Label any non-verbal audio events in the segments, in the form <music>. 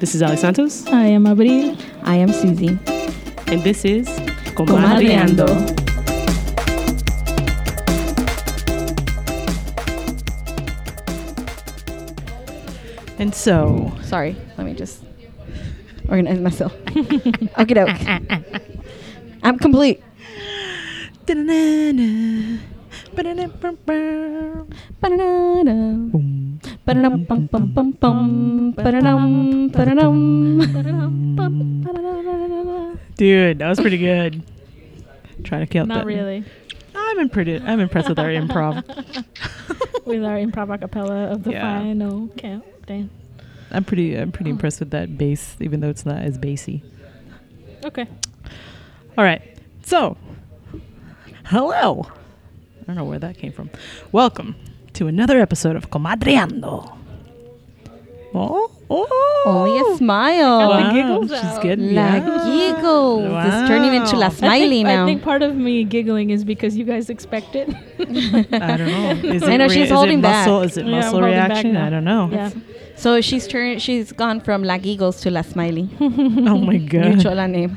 This is Alex Santos, I am Abril. I am Susie. and this is Comadreando. And so, Sorry, let me just organize myself. <laughs> Okie doke. I'm complete. Ba-da-da. Ba-da-dum, bum, bum, bum, bum. Ba-da-dum, ba-da-dum. Ba-da-dum, bum, ba-da-da-da-da-da. dude, that was pretty good. Trying to count Not that. really. I'm impressed. I'm impressed with our improv. With our improv a cappella of the Yeah. final countdown. I'm pretty. I'm pretty impressed with that bass, even though it's not as bassy. Okay. All right. So, hello. I don't know where that came from. Welcome to another episode of Comadreando. Oh, oh. Only a smile. Wow, giggles she's out. getting La yeah. giggles. It's turning into Wow. <laughs> La Smiley I think, now. I think part of me giggling is because you guys expect it. I don't know. <laughs> Is I it know, re- she's is holding it muscle, back. Is it Yeah, I'm muscle holding back reaction? now. I don't know. yeah. So she's turned. She's gone from La Giggles to La Smiley. <laughs> Oh <laughs> my god. New chola name.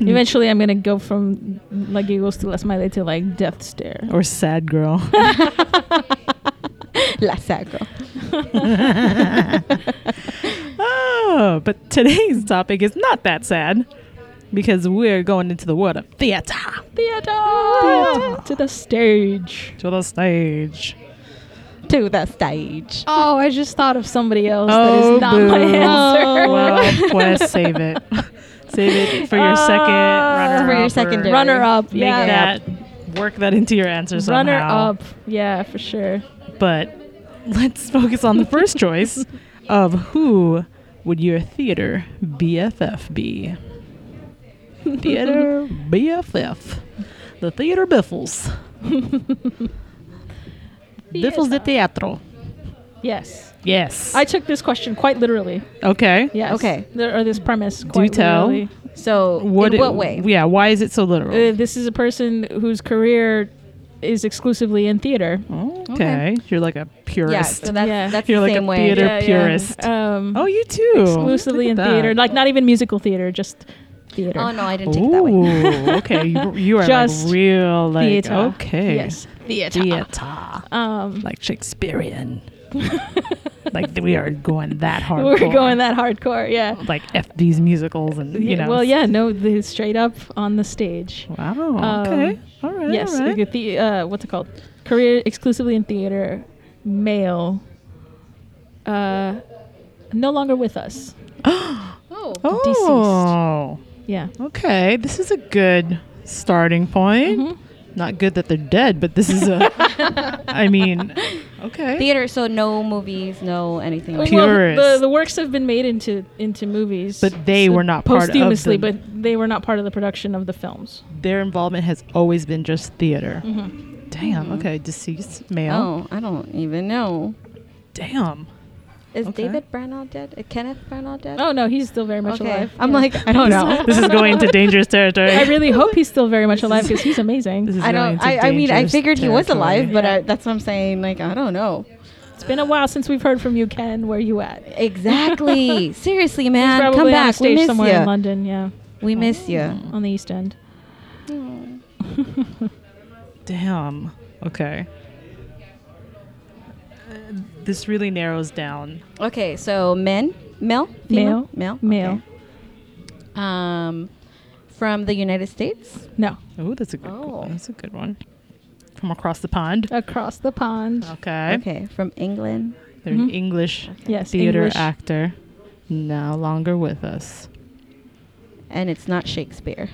Eventually, I'm gonna go from like giggles to less smiley to like death stare. or sad girl. <laughs> <laughs> La Sacro. oh, but today's topic is not that sad because we're going into the world of theater. Theater to the stage. To the stage. To the stage. Oh, I just thought of somebody else. that Oh, is not my boo. Oh, answer. Well, Quest, save <laughs> it. Save it for your second Uh, runner for your up or secondary. Runner up. Make Yeah. that work that into your answer somehow. Runner up. Yeah, for sure. But let's focus on the first choice of who would your theater BFF be? <laughs> Theater BFF. The theater biffles. Biffles de teatro. Yes. Yes. I took this question quite literally. okay. Yes. Okay. There, or this premise. Quite tell. Literally. So What it- in what way? Yeah, why is it so literal? Uh, this is a person whose career is exclusively in theater. okay. okay. You're like a yeah. purist. So that's Uh, Yeah. that's You're the like a same way. theater- They're purist. Um, oh, you too. exclusively in Look at theater, that. like not even musical theater, just theater. Oh no, I didn't take it that way. Ooh, okay. You, you are Just like real like theater. okay. Yes. Theater. Theater. Um, like <laughs> Shakespearean. like we are going that hard. <laughs> we're going that hardcore. Yeah. like f these musicals and you know. well, yeah. No, the straight up on the stage. Wow. Um, Okay. all right. yes. all right. the- The, uh, what's it called? Career exclusively in theater, male. Uh, no longer with us. Oh. Oh. Yeah. Okay. This is a good starting point. Mm-hmm. Not good that they're dead, but this is <laughs> a. I mean, okay. Theater, so no movies, no anything. Well, like Purists. the, the works have been made into into movies, But they were not part of the- posthumously. but they were not part of the production of the films. Their involvement has always been just theater. Mm-hmm. Damn. Okay. Deceased that. male. Oh, I don't even know. Damn. Is Okay. David Branagh dead? Uh, Kenneth Branagh dead? Oh no, he's still very much okay. alive. I'm Yeah. like, I don't know. This is going <laughs> into dangerous territory. I really hope he's still very much alive because he's amazing. <laughs> This is I going don't. into I, I mean, I dangerous figured he was territory. alive, but I, that's what I'm saying. Like, I don't know. It's been a while since we've heard from you, Ken. Where you at? He's <laughs> Exactly. Seriously, man, probably come on a back. We stage miss somewhere in you. London. Yeah, We miss you. on the East End. Mm-hmm. Damn. Okay. Uh, This really narrows down. Okay, so men, male, female, Male. male, Male. okay. Um, from the United States. No, Oh, that's a good Oh. one. That's a good one. From across the pond. across the pond. Oh. Okay. Okay, from England. They're an English Yes, theater Mm-hmm. English. <laughs> actor. No longer with us. And it's not Shakespeare.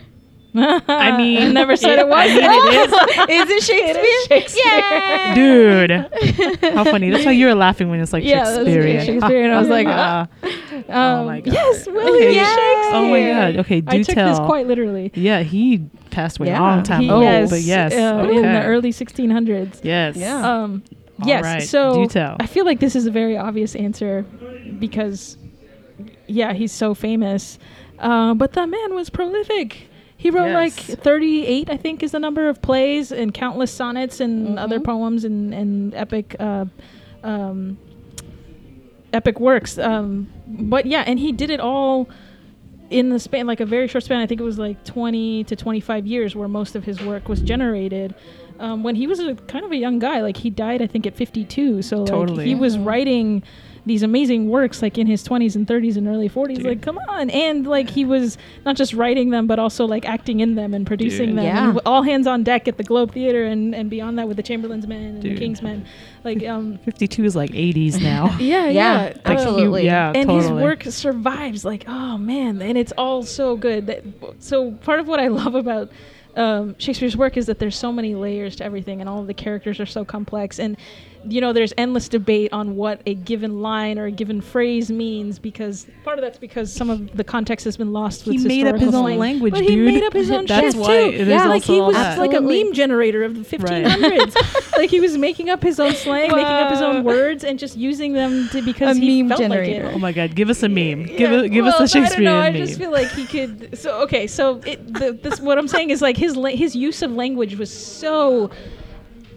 <laughs> I mean, Ah, I never said it <laughs> was. I mean, it is. <laughs> Is it Shakespeare? <laughs> Yeah. Dude. How funny. That's why you were laughing when it's like Yeah, that's Shakespearean. Shakespearean. I was like, um, ah. oh my God. Yes, William Okay. Shakespeare. oh my God. Okay, do I took tell. this quite literally. yeah, he passed away Yeah. a long time He- ago. yes, But yes. uh, okay. in the early 1600s. Yes. Yeah. Um, All yes. right. So Do tell. I feel like this is a very obvious answer because, yeah, he's so famous. Uh, but that man was prolific. He wrote Yes. like 38, I think, is the number of plays and countless sonnets and Mm-hmm. other poems and, and epic, uh, um, epic works. Um, but yeah, and he did it all in the span like a very short span. I think it was like 20 to 25 years where most of his work was generated. Um, when he was a kind of a young guy, like he died, I think at 52. So like, Totally. he was writing these amazing works like in his 20s and 30s and early 40s. Dude. Like come on, and like he was not just writing them, but also like acting in them and producing Dude. them. Yeah. And w- all hands on deck at the Globe Theater and, and beyond that with the Chamberlain's Men and Dude. the King's Men. Like um, 52 is like 80s now. <laughs> yeah, Yeah, yeah, Like, you- Absolutely. yeah, and totally. his work survives like oh man and it's all so good that, so part of what i love about um, shakespeare's work is that there's so many layers to everything and all of the characters are so complex and you know there's endless debate on what a given line or a given phrase means because part of that's because some of the context has been lost with He made up historical his own slang. language, but he dude. made up his own <laughs> That's shit why too. it is yeah, like also he all was that. like a Absolutely. meme generator of the <laughs> 1500s like he was making up his own slang making up his Wow. own words and just using them to because A he meme felt generator. like Oh it my god, give us a meme. Give yeah, a, give well, us a I don't Shakespearean know. I meme. just feel like he could. So okay, so it, the, this what I'm saying is like his la- his use of language was so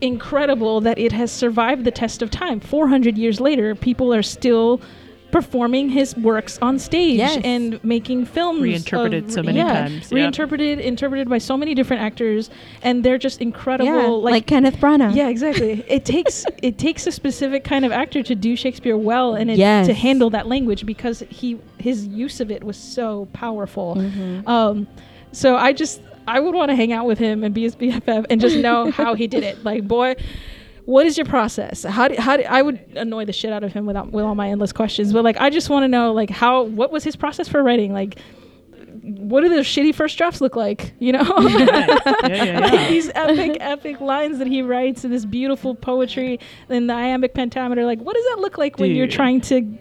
incredible that it has survived the test of time. 400 years later, people are still performing his works on stage Yes. and making films Reinterpreted of- so many yeah, times, yeah. reinterpreted interpreted by so many different actors and they're just incredible like, like Kenneth Branagh. yeah, exactly. It <laughs> takes it takes a specific kind of actor to do Shakespeare well and it, Yes. to handle that language because he his use of it was so powerful. Mhm. Um, so I just I would want to hang out with him and be his BFF and just know how he did it. Like, boy, what is your process? How do, how do, I would annoy the shit out of him without with all my endless questions, but like I just want to know like how what was his process for writing? Like, what do those shitty first drafts look like? You know. <laughs> yeah, yeah, Like, yeah. these epic, epic lines that he writes and this beautiful poetry and the iambic pentameter. Like, what does that look like when you're Dude. trying to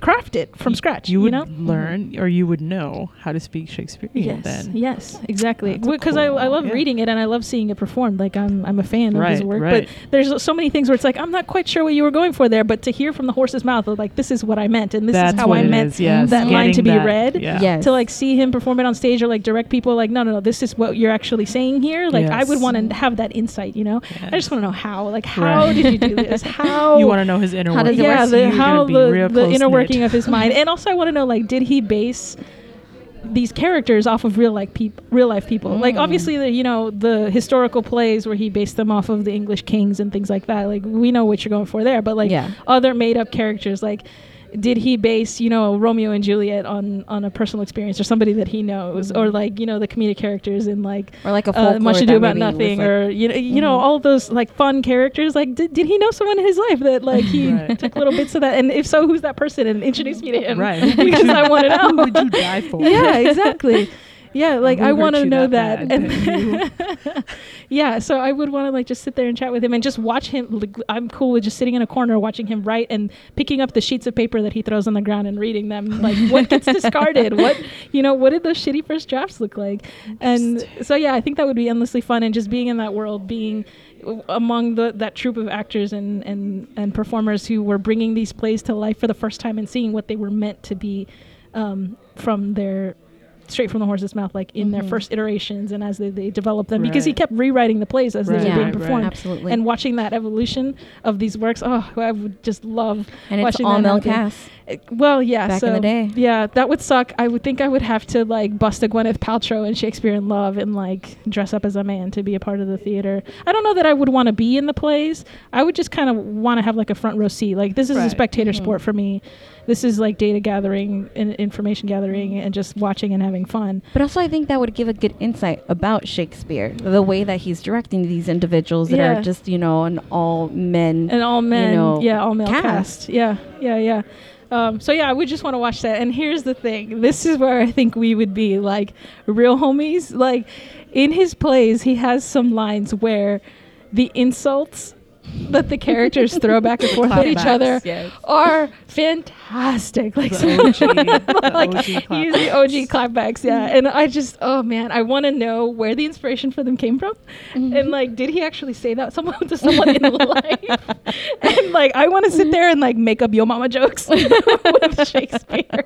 craft it from scratch? you would know? Mm-hmm. learn or you would know how to speak Shakespearean Yes. then. Yes. Exactly. That's a Because cool- I, I love yeah. reading it and I love seeing it performed. Like I'm I'm a fan of his Right, work. right. But there's so many things where it's like I'm not quite sure what you were going for there, but to hear from the horse's mouth, of, like this is what I meant and this That's is how what I it meant is, yes. that line Getting to be that, read. yeah. Yes. To like see him perform it on stage or like direct people, like no, no, no, this is what you're actually saying here. Like I would Yes. want to have that insight, you know. I Yes. just want to know how. Like how Right. did you <laughs> do this? Oh, How You want to know his inner How does workings. it work? works, yeah, the, You're gonna how be the, real the inner close-knit. working of his mind, and also I want to know like, did he base these characters off of real life people? Real life people, like Mm. obviously the you know the historical plays where he based them off of the English kings and things like that. Like we know what you're going for there, but like Yeah. other made up characters, like did he base you know Romeo and Juliet on on a personal experience or somebody that he knows, Mm. or like you know the comedic characters in like Or like a uh, folklore much ado that about maybe was, nothing like- or you know, you know Mm-hmm. all those like fun characters like did, did he know someone in his life that like he <laughs> Right. took little bits of that and if so who's that person and introduce <laughs> me to him Right. Who would <laughs> because you- i want to <laughs> know Who would you die for? <laughs> yeah exactly yeah like Who i hurt want to you know that, that and bad <laughs> <laughs> yeah so i would want to like just sit there and chat with him and just watch him like, i'm cool with just sitting in a corner watching him write and picking up the sheets of paper that he throws on the ground and reading them <laughs> like what gets discarded what you know what did those shitty first drafts look like and so yeah i think that would be endlessly fun and just being in that world being among the, that troupe of actors and, and, and performers who were bringing these plays to life for the first time and seeing what they were meant to be um, from their straight from the horse's mouth like in their Mhm. first iterations and as they, they developed them because he Right. kept rewriting the plays as Right, they were being right, right. performed Absolutely. and watching that evolution of these works oh i would just love and it's watching all that male happen. cast. Uh, well yeah Back so, in the day. yeah that would suck i would think i would have to like bust a gwyneth paltrow and shakespeare in love and like dress up as a man to be a part of the theater i don't know that i would want to be in the plays i would just kind of want to have like a front row seat like this is a Right. spectator Mhm. sport for me this is like data gathering and information gathering and just watching and having fun But also, I think that would give a good insight about Shakespeare, the way that he's directing these individuals that Yeah. are just, you know, an all men. <laughs> and all men know, yeah all male cast. cast. yeah yeah yeah um, so yeah i would just want to watch that and here's the thing this is where i think we would be like real homies like in his plays he has some lines where the insults that the characters throw back and forth at each clapbacks, other yes. are fantastic like The OG, the <laughs> like OG he used the clapbacks. OG clapbacks, yeah. And I just, oh man, I want to know where the inspiration for them came from, Mm-hmm. and like, did he actually say that someone <laughs> to someone in life? And like, I want to sit there <laughs> <laughs> and like make up yo mama jokes with Shakespeare.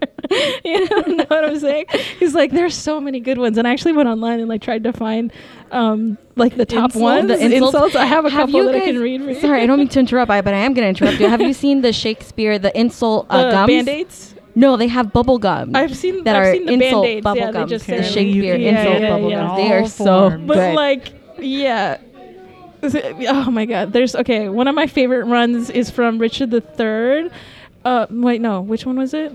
<laughs> you know, know what I'm I'm saying? He's like, there's so many good ones, and I actually went online and like tried to find, um, like the top Insults? one, the The insults? insults. I have a couple you that I guys- can read. for you. Sorry, I don't mean to interrupt, I, but I am going to interrupt you. Have <laughs> you seen the Shakespeare, the insult uh, The gums? band-aids. No, they have bubble gum. I've seen- that I've are seen the insult Band-Aids. bubble Yeah, they gums. just the say- Shakespeare Yeah, insult yeah, bubble yeah. gums. They are All so forms. But good. like, yeah. <laughs> Is it- Oh my God! There's okay. One of my favorite runs is from Richard the Third. Uh, wait, no. Which one was it?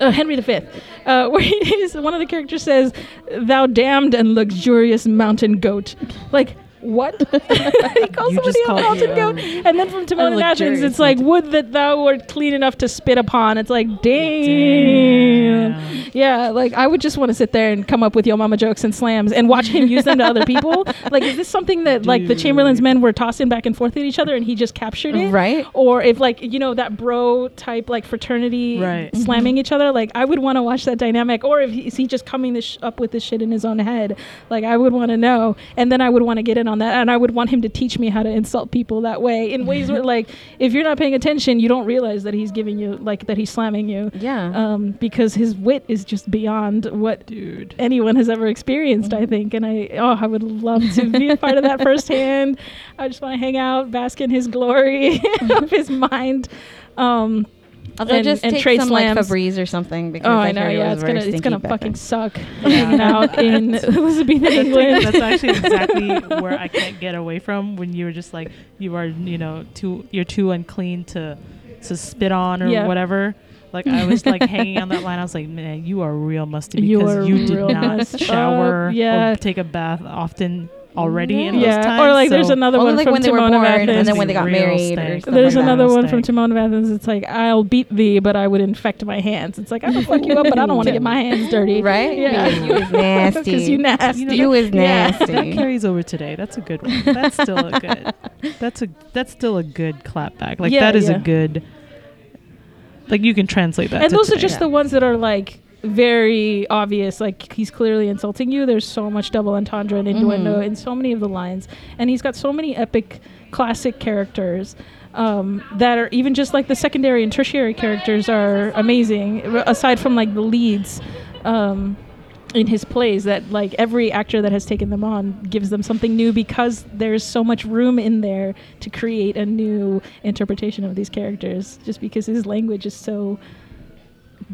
Uh, Henry V, uh, <laughs> where he is, one of the characters says, "Thou damned and luxurious mountain goat." Like what? <laughs> he calls You somebody just a called mountain your goat, own- and then from Timon and Athens, luxurious it's like, "Would that thou wert clean enough to spit upon." It's like, damn. Damn. <laughs> Yeah, like I would just want to sit there and come up with yo mama jokes and slams and watch him use them to other people. Like, is this something that like the Chamberlain's men were tossing back and forth at each other and he just captured it? Right. Or if like you know that bro type like fraternity Right. slamming each other, like I would want to watch that dynamic. Or if he, is he just coming this sh- up with this shit in his own head? Like I would want to know, and then I would want to get in on that, and I would want him to teach me how to insult people that way in ways where like if you're not paying attention, you don't realize that he's giving you like that he's slamming you yeah. um, because his wit is just beyond what Dude. anyone has ever experienced. Mm-hmm. I think, and I oh, I would love to be a part of <laughs> that firsthand. I just want to hang out, bask in his glory <laughs> Mm-hmm. of his mind. Um, Although and- just and take trade some like slams. Febreze or something because oh, I, I know, heard it yeah, was it's very gonna it's stinky gonna back fucking then. <laughs> suck hanging out in Elizabethan <laughs> That's England. actually exactly where I can't get away from when you were just like you are, you know, too you're too unclean to to spit on or Yeah. whatever. Like I was like hanging on that line. I was like, man, you are real musty You because are you, did real not messed up, shower yeah. or take a bath often already in yeah, those times. or like there's so- <laughs> another Only one like from when they were Timon born of and Athens. then when they got Real married or stank. something There's like that. another one from Mistake. Timon of Athens. It's like, I'll beat thee, but I would infect my hands. It's like, I'm gonna fuck you up, but I don't want to get my hands <laughs> dirty. Right? Yeah. Because you was Because you nasty. nasty. You know, You was Yeah. that nasty. carries over today. That's a good one. That's still a good. That's a that's still a good clapback. Like Yeah, that is yeah. a good. Like you can translate that. and to those are today. just the ones that are like very obvious. Like he's clearly insulting you. There's so much double entendre and innuendo Mm-hmm. in so many of the lines, and he's got so many epic, classic characters um, that are even just like the secondary and tertiary characters are amazing. r- Aside from like the leads. Um, in his plays that like every actor that has taken them on gives them something new because there's so much room in there to create a new interpretation of these characters just because his language is so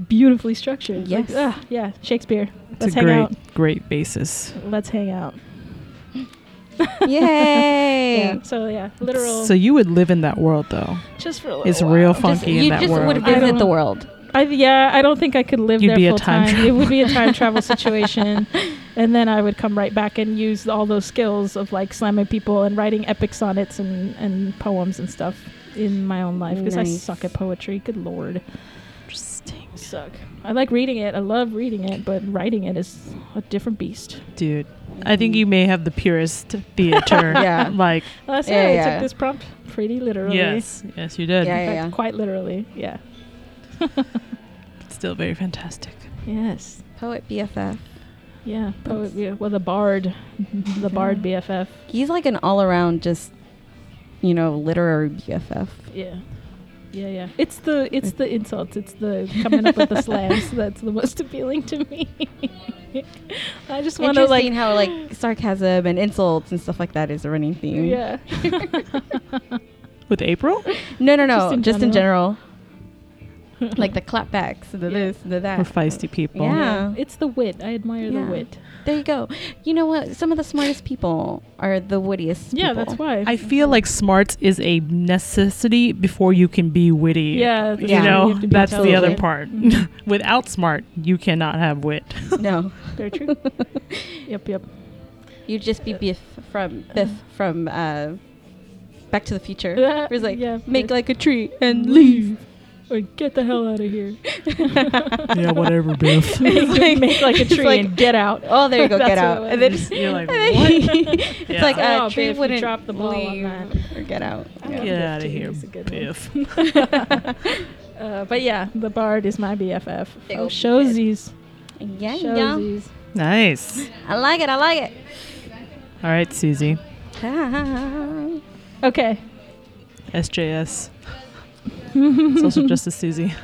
beautifully structured Like, Yes. ah, yeah shakespeare It's let's a hang great out great basis. let's hang out <laughs> Yay. yeah so yeah literal So you would live in that world though. just for a little It's while. real Just- funky in You that just world. would I visit don't- the world. I, yeah i don't think i could live You'd there be a full time time travel- it would be a <laughs> time travel <laughs> situation and then i would come right back and use all those skills of like slamming people and writing epic sonnets and, and poems and stuff in my own life because i Nice. suck at poetry good lord Interesting, suck i like reading it i love reading it but writing it is a different beast dude. I think you may have the purest <laughs> theater. Yeah. <laughs> Like last Yeah, night i yeah. took this prompt pretty literally yes, yes, you did. Yeah, In fact, quite literally yeah Still very fantastic. yes Poet BFF. yeah poet yeah. well the bard the bard bff He's like an all around just, you know, literary BFF. Yeah. Yeah, yeah. It's the it's the insults. It's the coming up with the slams that's the most appealing to me. <laughs> I just want to Interesting like how like sarcasm and insults and stuff like that is a running theme. yeah. With April? No, no, no. Just Just in in, general. like the clapbacks, the this, the that. We're feisty people. Yeah. It's the wit. I admire Yeah. the wit. There you go. You know what? Some of the smartest people are the wittiest. Yeah, people. that's why. I feel like smarts is a necessity before you can be witty. yeah, You that's why Yeah. know, have to be Mm-hmm. that's the other intelligent. part. Without smart, you cannot have wit. No, Very <laughs> true. yep, yep. you'd just be Biff from Biff from uh, Back to the Future. Yeah, Where it's like yeah, make Biff. like a tree and leave. Or get the hell out of here. <laughs> <laughs> yeah, whatever, Biff. Like, <laughs> make like a it's tree like- and get out. Oh, there you go. <laughs> That's get what out. it And then <laughs> was. You're <laughs> like, and <laughs> then what? it's Yeah. like a Oh, tree Biff, you wouldn't dropped the ball on leave that. or <laughs> get out. Yeah. Get out of Biff here, is a <laughs> good one. Biff. <laughs> Uh, but yeah, the bard is my BFF. Big Oh, ol' showsies. Yeah, yeah. Showsies. Nice. I like it. I like it. <laughs> All right, Susie. Okay. <laughs> SJS. Social Justice Susie.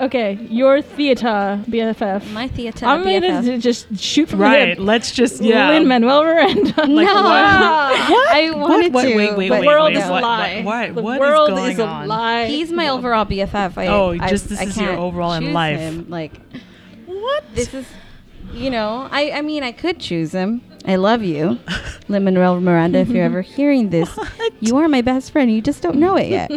Okay, your theater BFF. My theater. I'm gonna BFF. d- just shoot from Right. the Let's just yeah. Yeah. Lin Manuel Miranda. <laughs> Like, <laughs> no. what? What? I What? wanted What? to. Wait, wait, wait, but the world wait, is what- a lie. what- why- the what is world going a on? lie. He's my overall BFF. I, Oh, I, just this I is your can't overall in choose life. Him. Like What? this is, you know, I, I mean, I could choose him. I <laughs> love you, Lin Manuel Miranda. If you're ever hearing this, What? you are my best friend. You just don't know it yet.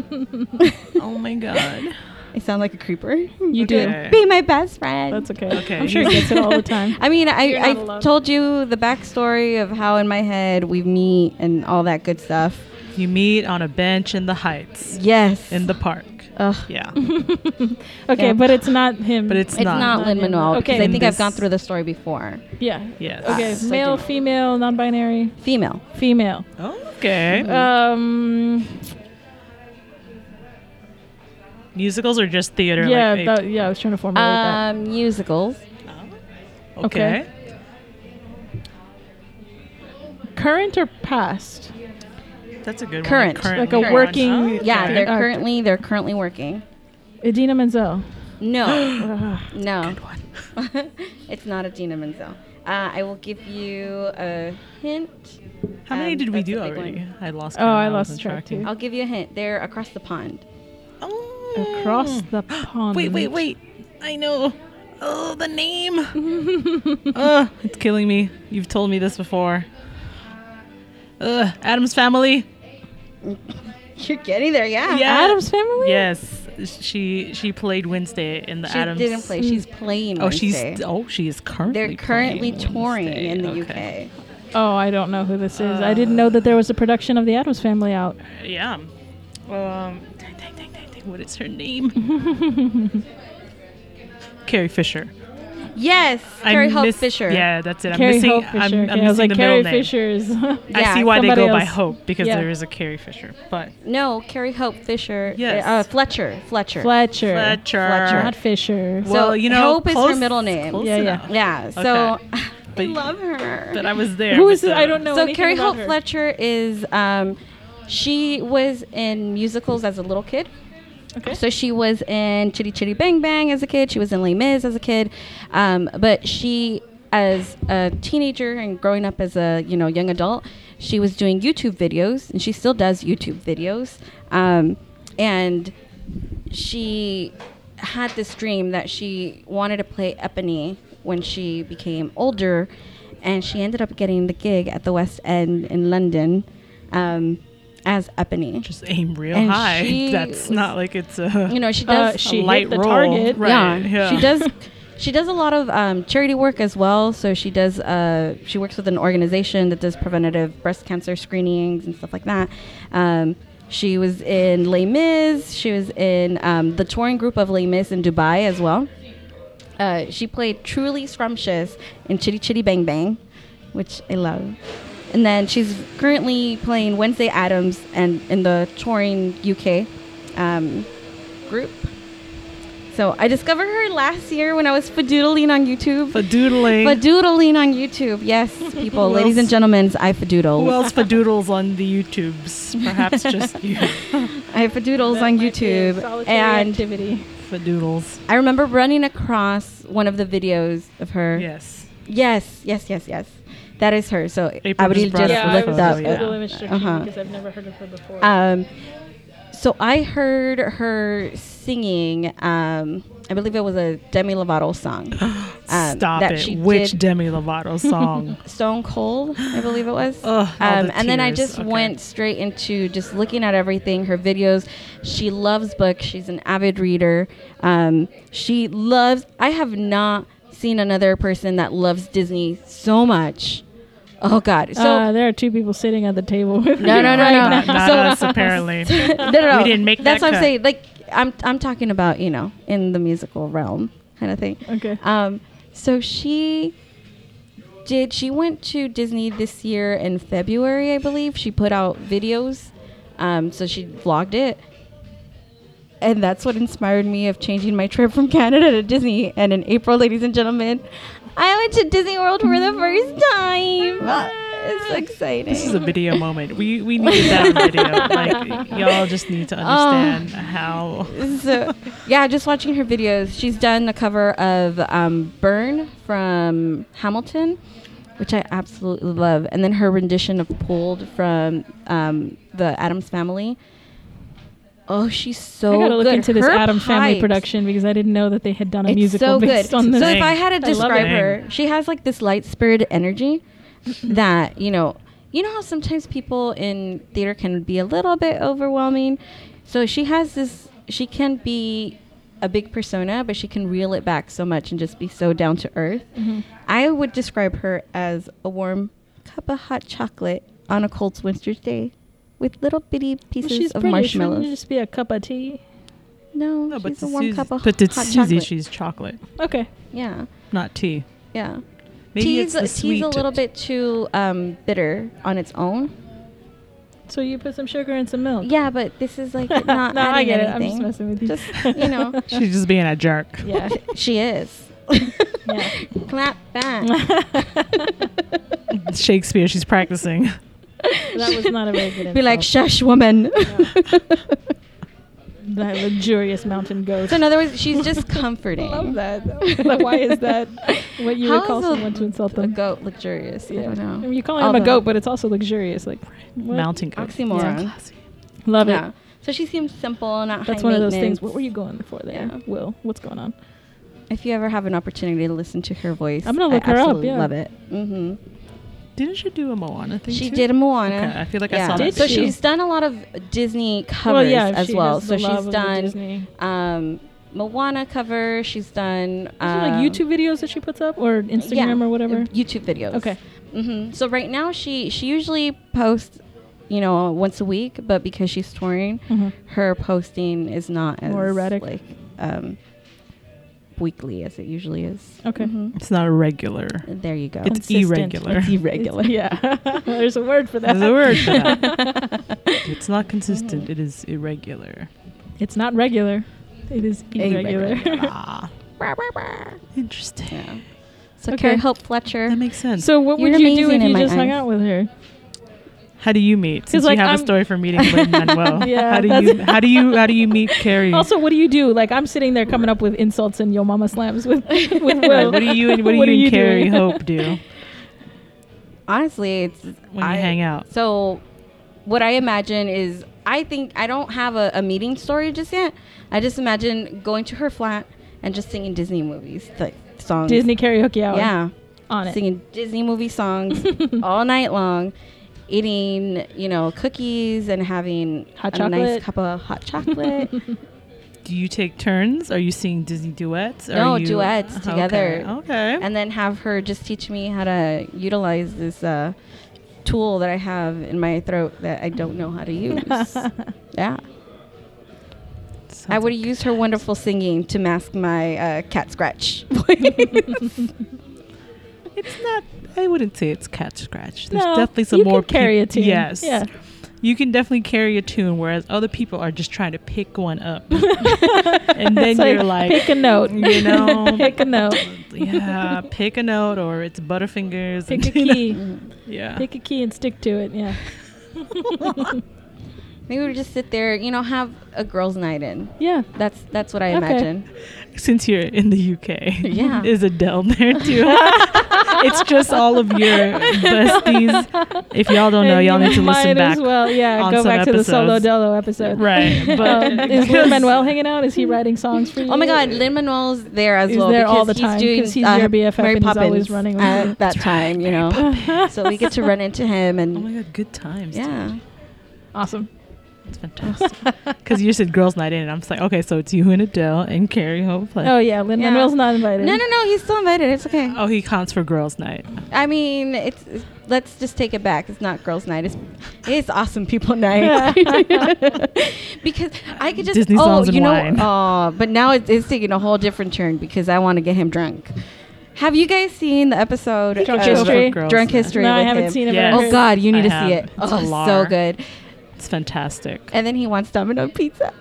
oh my god. I sound like a creeper. you Okay. Be my best friend. do. That's okay. Okay. I'm sure he gets it all the time. I mean, You're I, not I alone. told you the backstory of how in my head we meet and all that good stuff. You meet on a bench in the heights Yes. in the park. Ugh. <laughs> Yeah, okay, <laughs> Yeah. but it's not him. but it's, It's not, Not Lin Manuel. Okay. Okay. I In think I've this- gone through the story before. yeah. Yes. Okay, Yes, I male, do. female, non-binary, Female. female. Okay. Um. Musicals or just theater? like, Yeah. they- that, yeah. I was trying to formulate that. Um, musicals. okay. okay. Uh, Current or past? That's a good Current. one. Like a current working- one. Yeah, Okay. they're Uh, currently they're currently working. Idina Menzel. No, <gasps> Ugh. no, one. <laughs> it's not a Gina Menzel. Uh, I will give you a hint. How many Um, did we that's a do big already? one. I lost. Oh, count. I lost wasn't track, tracking. too. I'll give you a hint. They're across the pond. <laughs> Oh. Across Mm. the pond. <gasps> Wait, wait, wait! I know. Oh, the <laughs> name. Ugh, it's killing me. You've told me this before. Ugh, Adam's family. You're getting there, yeah. Yeah. Adam's family. Yes, she she played Wednesday in the She Adams. didn't play. She's playing. Oh, she's Wednesday. oh she is currently. They're currently playing touring Wednesday. in the Okay. UK. Oh, I don't know who this is. I didn't know that there Uh. was a production of The Adams Family out. Yeah. Um. Dang, dang, dang, dang, dang. What is her name? <laughs> Carrie Fisher. Yes, I Carrie Hope miss- Fisher. Yeah, that's it. I'm Carrie missing. Hope Fisher. I'm, I'm Okay, I was missing like the Carrie middle name. Fisher's. I Yeah, see why they go somebody by else. Hope because Yeah. there is a Carrie Fisher, but No, Carrie Hope Fisher. Yes. Uh, Fletcher. Fletcher. Fletcher. Fletcher. Fletcher. Not Fisher. Well- Well, you know, Hope is her close- middle name. close Yeah, yeah. enough. Yeah. So Okay. <laughs> I But- love her. But I was there. Who with is it? the- I don't know. so anything Carrie about Hope her. Fletcher is. Um, she was in musicals as a little kid. Okay. So she was in Chitty Chitty Bang Bang as a kid. She was in Les Mis as a kid, um, but she, as a teenager and growing up as a you know young adult, she was doing YouTube videos, and she still does YouTube videos. Um, and she had this dream that she wanted to play Epony when she became older, and she ended up getting the gig at the West End in London um, as Epony. Just aim real And high. <laughs> she That's was- not like it's a You <laughs> know, she Uh, does she light hit the roll. target. Right. yeah, she does. She does a lot of um, charity work as well. So she does. Uh, she works with an organization that does preventative breast cancer screenings and stuff like that. Um, she was in Les Mis. She was in um, the touring group of Les Mis in Dubai as well. Uh, she played Truly Scrumptious in Chitty Chitty Bang Bang, which I love. And then she's currently playing Wednesday Adams and in the touring UK um, group. So I discovered her last year when I was fadoodling on YouTube. For doodling. Fadoodling on YouTube, yes, <laughs> people, Who ladies else? and gentlemen, I fadoodle. Who else for doodles on the YouTubes? Perhaps just <laughs> you I fadoodles That on might be a YouTube, solitary and activity. for doodles. I remember running across one of the videos of her. Yes. Yes, yes, yes, yes. That is her. So April I would just just, brought yeah, up I looked was the up. just photo, yeah. Google image searching Uh-huh. because I've never heard of her before. Um, so I heard her singing. Um, I believe it was a Demi Lovato song. <gasps> um, Stop that it. she Which did- Demi <laughs> Lovato song? Stone Cold, I believe it was. <gasps> Ugh, all um, the and then I tears. just Okay. went straight into just looking at everything. Her videos. She loves books. She's an avid reader. Um, she loves. I have not seen another person that loves Disney so much. Oh God. So. uh, there are two people sitting at the table with No, you no, no, right no. <laughs> now. not not So- us, <laughs> <laughs> apparently. no, no, no. We didn't make That's that what cut. I'm saying. Like I'm I'm talking about, you know, in the musical realm kind of thing. Okay. Um so she did she went to Disney this year in February, I believe. She put out videos. Um so she vlogged it. And that's what inspired me of changing my trip from Canada to Disney. And in April, ladies and gentlemen, I went to Disney World for the first time. It's so exciting. This is a video moment. We we needed that on video. Like y'all just need <laughs> Oh. to understand how so, yeah, just watching her videos. She's done a cover of um, "Burn" from Hamilton, which I absolutely love, and then her rendition of "Pulled" from um, the Adams Family. Oh, she's so I gotta look good. into this Her Adam Family pipes. production because I didn't know that they had done a It's musical so based good. on so this. if I had to I love describe it. her, she has like this light spirited energy that you know, you know how sometimes people in theater can be a little bit overwhelming. So she has this. She can be a big persona, but she can reel it back so much and just be so down to earth. Mm-hmm. I would describe her as a warm cup of hot chocolate on a cold winter's day. With little bitty pieces she's of British. marshmallows. Wouldn't it just be a cup of tea? no, no, but she's to a warm Susie, cup of but to hot Susie, chocolate. she's chocolate, Okay. yeah, not tea. yeah. Maybe it's tea's, the tea's sweet. a little bit too um, bitter on its own. So you put some sugar and some milk. Yeah, but this is <laughs> like not Oh. No, I adding get it. I'm anything. just messing with you. Just, you <laughs> know. <laughs> She's just being a jerk. yeah. she is. Yeah. Clap <laughs> back. <laughs> Shakespeare. She's practicing. That was not a very <laughs> good Be like, insult. shush, <laughs> woman. that luxurious mountain <laughs> goat. so in other words, she's <laughs> just comforting. I love that. Why is that what you How would call is a- someone to insult A them? goat luxurious. Yeah. I don't know. mean, you're calling him a Although- goat, but it's also luxurious. Like, what? Mountain goat. Oxymoron. Yeah, classy. Love yeah. it. So she seems simple, not That's high one of those things. maintenance. What were you going for there, Yeah. Will? What's going on? If you ever have an opportunity to listen to her voice, I'm gonna look I her up, absolutely yeah. Love it. hmm Didn't she do a Moana thing? She too? did a Moana. Okay, I feel like I saw that So too. she's done a lot of Disney covers as she well. has the So love she's of the done Disney. um, Moana cover. She's done Is it um, like YouTube videos that she puts up or Instagram yeah, uh, or whatever. YouTube videos. Okay. hmm So right now she she usually posts, you know, once a week, but because she's touring, Mhm. her posting is not as More erratic. like um, weekly as it usually is. Okay. Mhm. It's not a regular. There you go. It's Consistent. irregular. It's irregular. yeah. <laughs> There's a word for that. There's a word for that. <laughs> it's not consistent. Mm-hmm. it is irregular. It's not regular. It is Irregular. irregular. ah, interesting. yeah. So Okay. Carrie Hope Fletcher. That makes sense. <laughs> so what You're would you do amazing if in you my just hung eyes. out with her? How do you meet? Since like, you have I'm- a story for meeting Lynn <laughs> Manuel. <laughs> Yeah, how do that's- you how do you how do you <laughs> meet Carrie? Also, what do you do? Like I'm sitting there coming up with insults and yo mama <laughs> slams with with Right, Will. what do you and what do you and Carrie <laughs> Hope do? honestly it's When you I- hang out. so what i imagine is i think i don't have a, a meeting story just yet i just imagine going to her flat and just singing disney movies like songs Disney karaoke hour. yeah On it. <laughs> singing disney movie songs all night long eating you know cookies and having Hot a chocolate. nice cup of hot chocolate Do you take turns? Are you singing Disney duets? Are No, you- duets together. Okay. okay. and then have her just teach me how to utilize this uh, tool that i have in my throat that i don't know how to <laughs> use yeah Sounds I would like- have used her wonderful singing to mask my uh, cat scratch. <laughs> It's not. I wouldn't say it's cat scratch. There's No, definitely some you more can carry peop- a tune. Yes. Yeah. You can definitely carry a tune, whereas other people are just trying to pick one <laughs> up, <laughs> and then It's like, you're like, pick a note. you know, <laughs> pick a note. yeah, pick a note, or it's Butterfingers. Pick and, a <laughs> you know, key. Mm-hmm. yeah. Pick a key and stick to it. Yeah. Maybe we just sit there, you know, have a girls' night in. <laughs> Yeah. That's that's what I Okay. imagine. <laughs> Since you're in the UK, Yeah. <laughs> is Adele there too? <laughs> it's just all of your besties. If y'all <laughs> don't know, And y'all you need to might listen back. As well, yeah. on Go some back to the solo episodes. dolo episode. Right, but Um, <laughs> is because- Lin Manuel hanging out? Is he writing songs for you? Oh my <laughs> God, Lin Manuel's there as He's well. there because all the time, He's doing 'cause he's uh, your BFF Mary and he's always Poppins running with you. at that time, <laughs> you know. so we get to run into him Oh and my god, good times. dude. yeah, Awesome. It's fantastic. <laughs> Because you said girls' night in, and I'm just like, okay, so it's you and Adele and Carrie Hope. Like, Oh yeah, Lin Yeah. Manuel's not invited. no, no, no, he's still invited. It's okay. oh, he counts for girls' night. I mean, it's, it's let's just take it back. It's not girls' night. It's it's awesome people night. <laughs> because I could just Disney oh, songs and you know, wine. <laughs> aw, but now it's, it's taking a whole different turn because I want to get him drunk. Have you guys seen the episode Drunk of History? Girls' Drunk Night. History. No, I with haven't him? seen it. but Yes. I Oh heard- God, you need I to have. see it. It's Oh, so hilar. good. It's <laughs> fantastic. And then he wants Domino <laughs> pizza.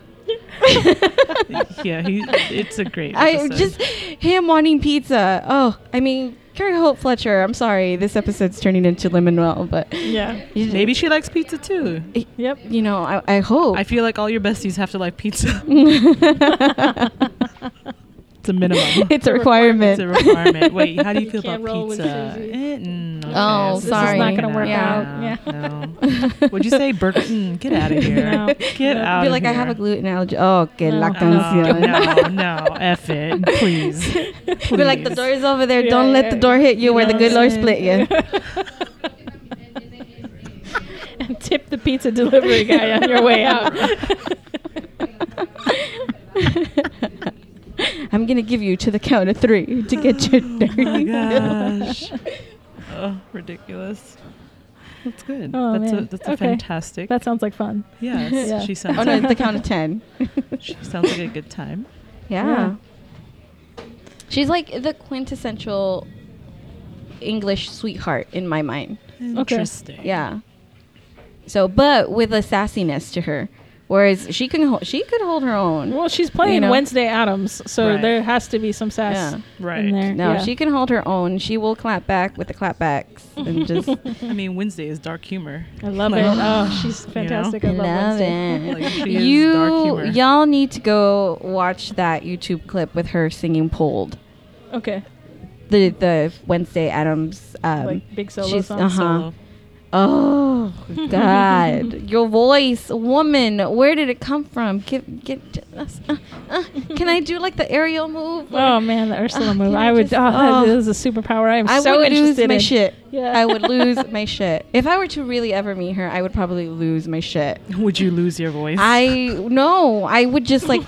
yeah, he, it's a great. I episode. just him wanting pizza. Oh, I mean, Carrie Holt Fletcher. I'm sorry, this episode's turning into Lemonwell, but Yeah. you- Maybe she likes pizza too. Yep. <laughs> you know, I, I hope. <laughs> I feel like all your besties have to like pizza. it's a <laughs> minimum. it's a It's requirement. a requirement. Wait, how do you You feel can't about roll with pizza? Susie. Eh, mm, okay, Oh, this is sorry. not This is not gonna gonna work out. No. Would you say Burton? Get out of here. No. Get No. out. Be like, here. <laughs> I have a gluten allergy. Oh, que No. la No, canción. no, no, F it, please. <laughs> Be like, the Please. door is over there. Yeah, Don't let yeah, the door hit you, you where the know good what I'm Lord split you. <laughs> and tip the pizza delivery guy on your way out. I'm gonna give you to the count of three to get your Oh my dirty. <laughs> gosh. oh, ridiculous. That's good. Oh, that's a man. that's a Okay. fantastic. that sounds like fun. yes. Yeah. She sounds. <laughs> oh no, it's the count of ten. <laughs> <laughs> she sounds like a good time. Yeah. Yeah. She's like the quintessential English sweetheart in my mind. Interesting. Yeah. So, but with a sassiness to her, whereas she can hold, she could hold her own. Well, she's playing You know? Wednesday Adams, so Right. there has to be some sass Yeah. in Right. there. No, Yeah. she can hold her own. She will clap back with the clapbacks and just I mean, Wednesday is dark humor. I love Like, <gasps> it. Oh, she's fantastic. I love, love Wednesday. it. Like, she is dark humor. you y'all need to go watch that YouTube clip with her singing "Pulled." Okay. The the Wednesday Adams. Um, Like big solo she's- song. uh-huh. Solo. Oh <laughs> God, your voice, woman. Where did it come from? Get get. Uh, uh, can I do like the aerial move? Oh man, the Ursula Ah, move! can I I would. just- <laughs> oh, that oh. is a superpower. I am I so would lose interested my in. shit. Yeah. I would lose my shit. If I were to really ever meet her, I would probably lose my shit. Would you lose your voice? I <laughs> no, I would just <laughs> like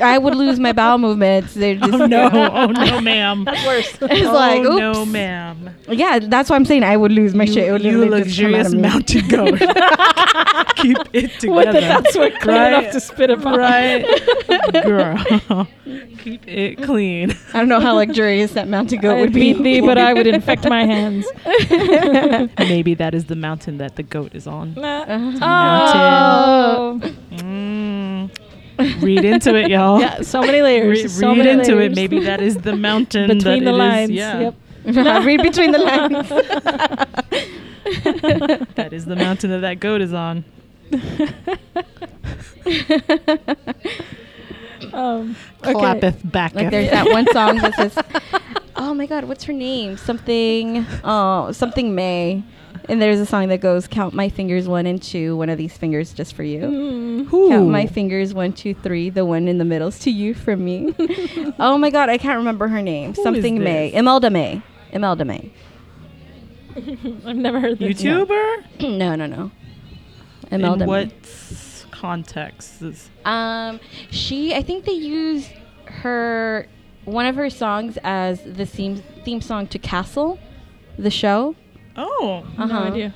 I would lose my bowel movements. They're <laughs> just Oh <laughs> no! Oh no, ma'am. <laughs> That's worse. It's oh like oops. no, <laughs> ma'am. Yeah, that's why I'm saying I would lose my you, shit. It would you literally just come out luxurious of me. mountain goat. <laughs> Keep it together. <laughs> What the, that's what clean enough Right. to spit about. <laughs> Right, girl. Keep it clean. <laughs> I don't know how luxurious that mountain goat I would would be. Uh-huh. beat thee, but I <laughs> would infect my <laughs> hands. Maybe that is the mountain that the goat is on. oh. Mm. Read into it, y'all. <laughs> Yeah, so many layers. Oh. Re- so read many into layers. it. Maybe that <laughs> is <laughs> the mountain that between the it is- lines. yeah, Yep. Read between the lines. that is the mountain that that goat is on. Um, <laughs> okay. Clappeth backeth. <laughs> Like there's that one song that says, <laughs> "Oh my God, what's her name? Something, oh something May." And there's a song that goes, "Count my fingers, one and two. One of these fingers just for you. Mm. Count my Ooh. fingers, one, two, three. The one in the middle's to you from <laughs> me." oh my God, I can't remember her name. Who is something May, this? Imelda May, Imelda May. <clears throat> I've never heard this. YouTuber. no, no, no. In Imelda. what May. context? Is, Um, she, I think they used her one of her songs as the theme theme song to Castle, the show. oh, No idea.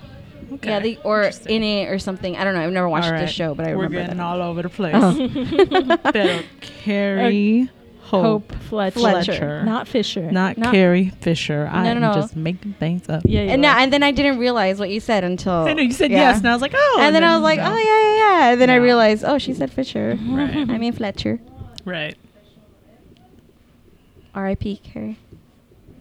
okay. Yeah, they, or Interesting. in it or something. I don't know. I've never watched All right. this show, but I We're remember getting that. all over the place. <laughs> <laughs> Oh. Pero <laughs> Carrie Hope, Hope Fletcher. Fletcher, Fletcher. Not Fisher. not, Not- Carrie Fisher. I'm no, no. just making things up. Yeah. you and, now, are. and then I didn't realize what you said until I know you said yeah. yes, and I was like, oh. And, then, I was like, no. oh yeah, yeah, yeah. And then I No. realized, oh, she said Fisher. Right. I mean Fletcher. Right. R.I.P. Carrie.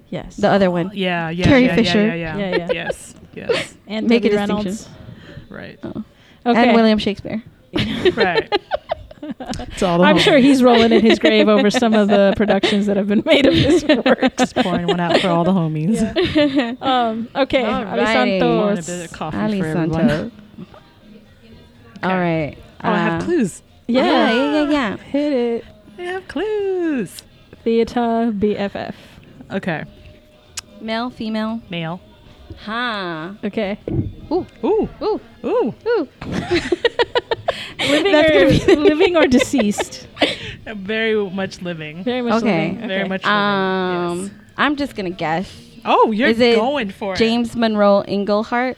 yes. The other one. Yeah. Yeah. Carrie yeah, Fisher. Yeah. Yeah. Yeah. Yeah, yeah. yes. Yes. and Make Debbie a Reynolds. distinction. Right. Oh. Okay. And <laughs> William Shakespeare. Right. <laughs> It's all the I'm homies. sure he's rolling in his grave over some of the productions that have been made <laughs> of his works. <laughs> Just pouring one out for all the homies. Yeah. Um, okay, Alrighty. Pouring a Alisantos. bit of coffee for Ali everyone. Santo. All <laughs> Okay. right. Oh, I have Uh, clues. Yeah. yeah, yeah, yeah, yeah. Hit it. I have clues. Theater BFF. Okay. Male, female. Male. Huh. Okay. Ooh, Ooh. ooh, Ooh. <laughs> ooh. Living, That's or, gonna be- living <laughs> or deceased. Very much living. Very much Okay. living. Very much living. <laughs> Um, yes. I'm just gonna guess. Oh, you're is it going for it. James Monroe Englehart.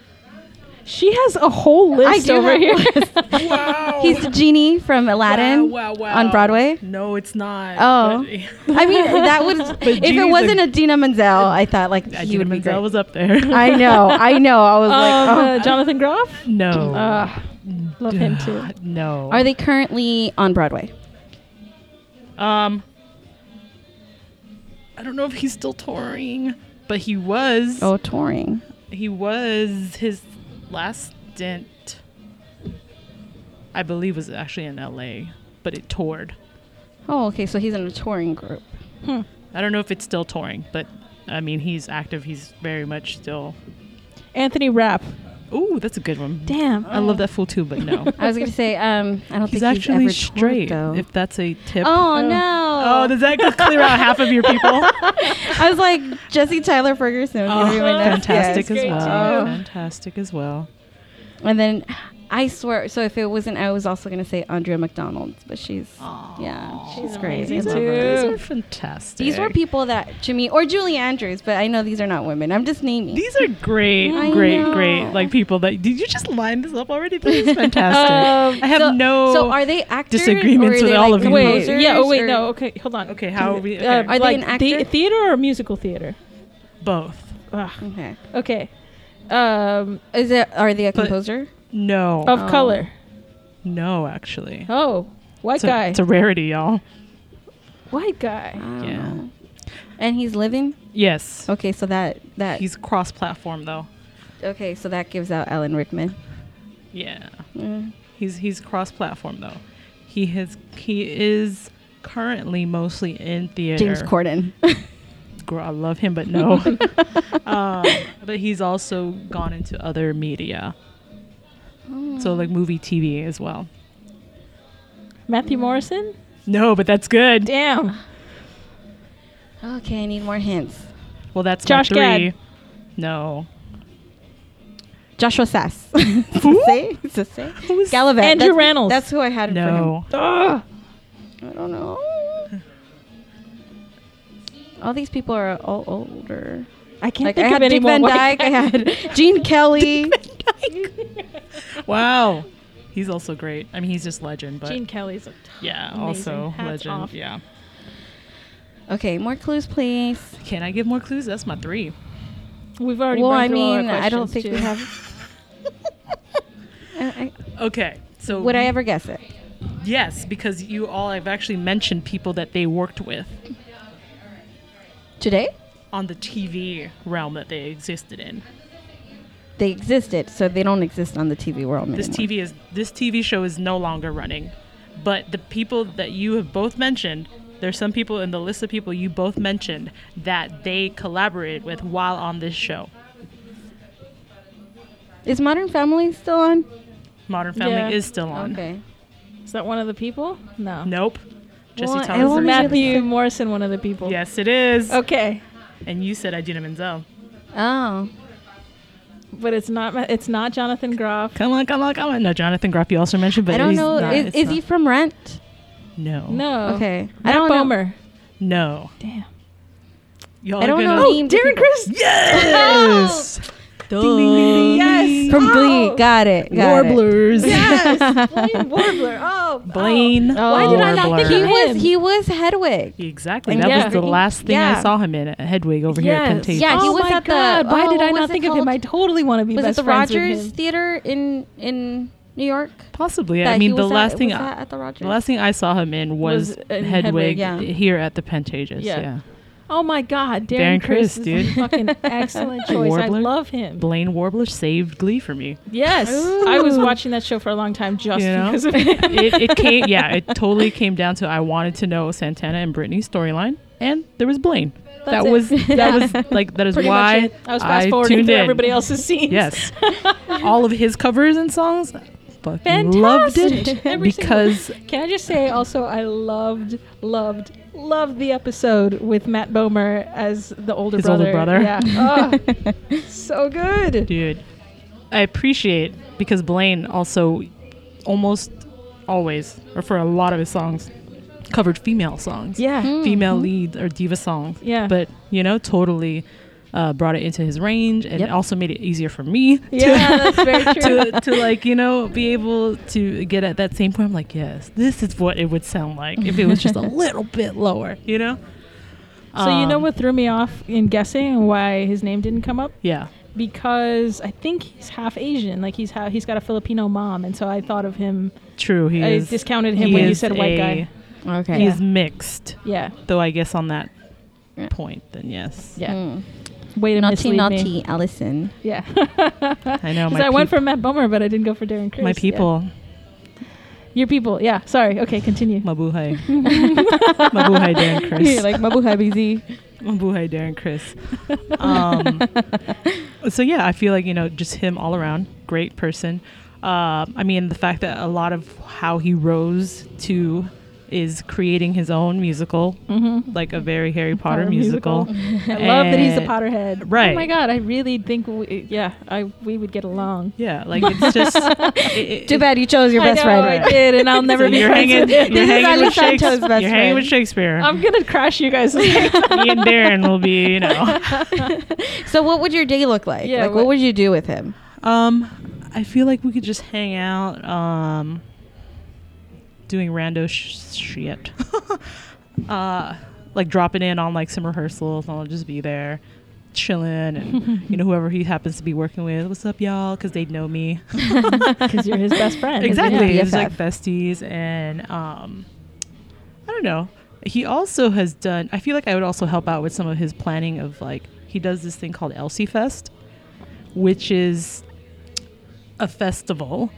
She has a whole list do over have here. <laughs> James. Wow. <laughs> He's the genie from Aladdin Oh. Wow, wow, wow. on Broadway. No, it's not. <laughs> Oh. but- <laughs> I mean, that was if genie's it a- wasn't Adina Menzel, I thought like he Idina would be great. Menzel was up there. I know, I know. I was um, uh, like, oh. Jonathan <laughs> Groff. no. Uh, love him too. No. are they currently on Broadway? Um, I don't know if he's still touring, but but he was Oh, touring. he was his last stint. I believe was actually in L.A., but it toured. Oh, okay. So he's in a touring group. I don't know if it's still touring, but I mean he's active. He's very much still. Anthony Rapp. Ooh, that's a good one. Damn. I love that fool too, but no. <laughs> I was gonna say, um, I don't He's think actually he's ever toured, straight. though. If that's a tip. oh, Oh. Oh, no! does that clear out half of your <laughs> people? I was like Jesse Tyler Ferguson. was gonna be my next Oh, fantastic guess. as great well. too. Fantastic as well. And then I swear, so if it wasn't, I was also gonna say Andrea McDonald, but she's yeah, she's, great. I These love her. too. are, these are fantastic. These were people that to me, or Julie Andrews, but I know these are not women. I'm just naming. These are great, I great, know. great. Like people that did you just line this up already? <laughs> This is fantastic. Um, I have so- no. So are they actors? or disagreements are with they, all like, of you. Wait. composers, Yeah. Oh wait. or- No. Okay. Hold on. okay? How are we? Okay. Uh, Are they like an the- actor? theater or musical theater? Both. Ugh. Okay. Okay. Um, Is it? Are they a But- composer? No. of Oh. color. no, actually. Oh, white It's a- guy. it's a rarity, y'all. white guy. I don't Yeah. know. And he's living. Yes. Okay, so that that He's cross-platform though. okay, so that gives out Alan Rickman. Yeah. Mm. He's he's cross-platform though. He has he is currently mostly in theater. James Corden. Girl, I love him, but no. <laughs> um, but he's also gone into other media, Oh. so like movie, TV as well. Matthew Morrison. No, but that's good. Damn. okay, I need more hints. Well, that's Josh my three. Gad. No. Joshua Sass. <laughs> Who? Say, it's a say. Who's- Gallivant. Andrew that's, Rannells. That's who I had it No. Ugh. for him. I don't know. All these people are all older. I can't Like I think had of any Dick Van more white Dyke. I guys. <laughs> had <laughs> Gene Kelly. Wow. He's also great. I mean, he's just legend, but Gene Kelly's a yeah, amazing. also Hats legend. off. Yeah. Okay, more clues, please. Can I give more clues? That's my three. We've already. well, I burned through all our mean, I don't think questions, we too. have. <laughs> I, Okay. I, So would I you- ever guess it? Yes, because you all have actually mentioned people that they worked with Today? on the TV realm that they existed in. They existed, so they don't exist on the TV world This anymore. TV is this TV show is no longer running, but the people that you have both mentioned, there's some people in the list of people you both mentioned that they collaborated with while on this show. Is Modern Family still on? Modern Family Yeah. is still on. Okay. Is that one of the people? No. Nope. Jesse Well, Thomas. it is- only- Matthew Morrison, one of the people. Yes, it is. Okay. And you said Idina Menzel. Oh. But it's not. Ma- It's not Jonathan Groff. Come on, come on, come on. No, Jonathan Groff, you also mentioned, but I don't he's know. Not, is it's is he not- from Rent? No. No. Okay. I Oh. Matt don't know. Bomer. No. Damn. Y'all I are don't gonna- know. names of people. <laughs> Yes. Ding, ding, ding, ding. Yes. From Oh. Glee. Got it. Got it. <laughs> Warblers. Yes. Blaine <laughs> Warbler. Oh. Blaine. Oh. Why did I not Warbler. think He of was Him. he was Hedwig. Exactly. And That yeah. was the last thing I Yeah. saw him in at Hedwig over here at Yes. Contagion. Yeah, he oh was my at the- God. Why oh, did what I was not it think of him? called? I totally want to be Was it best the friends with Rogers him. Theater in in New York? Possibly. that I he mean, the was at- last thing was I, that at the Rogers. the last thing I saw him in Was was, in Hedwig, Hedwig, yeah. here at the Pantages. Yeah. Yeah. Oh my God, Darren, Darren Criss Criss, is dude. <laughs> a fucking excellent choice. I Warbler. love him. Blaine Warbler saved Glee for <laughs> me. Yes, I was Ooh. watching that show for a long time just You know? because of him. It, it came, <laughs> yeah, it totally came down to I wanted to know Santana and Brittany's storyline, and there was Blaine. That's that it. <laughs> was Yeah. that was like that is Pretty much why it. I was fast forwarding tuned through in. everybody else's scenes. <laughs> Yes. All of his covers and songs. Fucking loved it Fantastic. Every single- because Can I just say also I loved, loved, loved the episode with Matt Bomer as the older His brother. older brother. Yeah. Oh, <laughs> so good. dude, I appreciate because Blaine also almost always or for a lot of his songs covered female songs. Yeah. Mm-hmm. Female lead or diva songs. Yeah. But, you know, totally uh, brought it into his range and Yep. also made it easier for me <laughs> Yeah, that's very <laughs> true. to, to like you know be able to get at that same point. I'm like, yes, this is what it would sound like if it was <laughs> just a little bit lower, you know. So you know Um, what threw me off in guessing and why his name didn't come up? Yeah, Because I think he's half Asian. Like he's ha- he's got a Filipino mom, and so I thought of him. true. He I is. discounted him he when you is said white a- guy. Okay. He is mixed, Yeah. though. I guess on that Yeah. <laughs> point, then yes. Yeah. Mm. Way to naughty, mislead naughty me. Allison. <laughs> Yeah. I know, <laughs> 'Cause Oh, my I went peop- for Matt Bomer, but I didn't go for Darren Chris. My people, Your people. Yeah. Sorry. Okay. Continue. <laughs> Mabuhay. Mabuhay Darren Chris. like Mabuhay BZ. Mabuhay Darren <laughs> Chris. Um, so yeah, I feel like you know just him all around, great person. Uh, I mean, the fact that a lot of how he rose to is creating his own musical, like a very Harry Potter, Mm-hmm. Potter musical. <laughs> I love that he's a And- Potterhead. Oh Right. my God. I really think. We, yeah. I we would get along. Yeah, like it's <laughs> just it- Too it- bad you chose your I best know, friend. I did, and <laughs> I'll so never be you're friends hanging, with him. you're This is hanging Ali with Shakespeare. Santo's You're best hanging with friend. Shakespeare. <laughs> I'm gonna crash you guys. <laughs> Me and Darren will be, you know. So what would your day look like? Yeah, like what- what would you do with him? Um, I feel like we could just hang out, um, doing rando sh- <laughs> shit. uh, like dropping in on like some rehearsals, and I'll just be there, chilling, and <laughs> you know whoever he happens to be working with, what's up, y'all? Because they'd know me Because you're his best friend. exactly. Yeah. It's like BFF. besties, and um, I don't know. He also has done. I feel like I would also help out with some of his planning of like he does this thing called Elsie Fest, which is a festival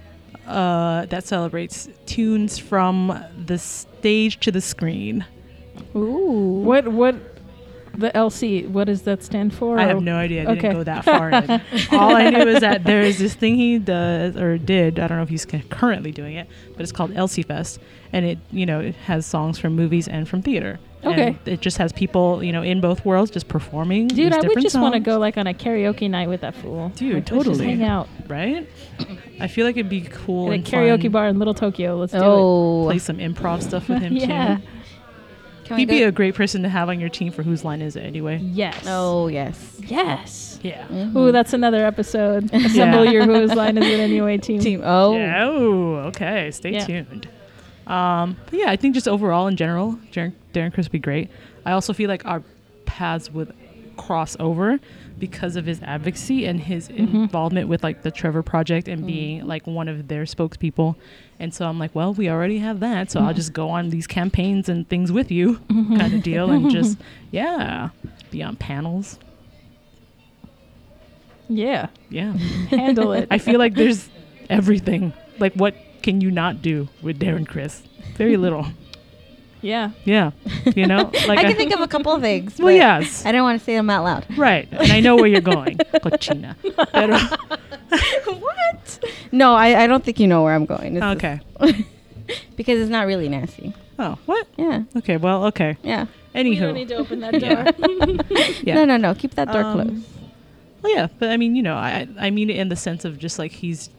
uh, that celebrates tunes from the stage to the screen. Ooh. What what the LC? What does that stand for? I have no idea. I didn't Okay. go that far. <laughs> In. All I knew is that there is this thing he does or did. I don't know if he's c- currently doing it, but it's called Elsie Fest, and it you know it has songs from movies and from theater. And Okay. it just has people you know in both worlds just performing. Dude, these I would different just want to songs, go like on a karaoke night with that fool. Dude, Like, let's just totally. hang out right. I feel like it'd be cool at a and karaoke fun. bar in Little Tokyo. Let's do Oh. Play some improv stuff with it. him <laughs> yeah. too. He'd be a great person to have on your team for whose line is it anyway. Yes. Oh yes. Mm-hmm. Yes. Yeah. Ooh, that's another <laughs> episode. Assemble your whose line is it anyway team. Team. Oh. Yeah, oh, okay. Stay Yeah. tuned. Um, but yeah, I think just overall in general, Darren, Darren Chris would be great. I also feel like our paths would cross over because of his advocacy and his involvement with like the Trevor Project and being like one of their spokespeople. And so I'm like, well, we already have that, so I'll just go on these campaigns and things with you, kind of deal, and just yeah, be on panels. Yeah. Yeah, Handle it. <laughs> I feel like there's everything. Like, what can you not do with Darren Chris? Very little. yeah. Yeah, you know, like <laughs> I can I- think of a couple of things. Well, but yes, I don't want to say them out <laughs> loud. right, and I know where you're going, Cochina. Pero- what? No, I, I don't think you know where I'm going. This is- <laughs> okay. because it's not really nasty. Oh, what? Yeah. Okay. Well, okay. Yeah. We don't Anywho, need to open <laughs> that Yeah. door. <laughs> yeah. No, no, no. Keep that door Um, closed. Well, yeah, but I mean, you know, I I mean it in the sense of just like he's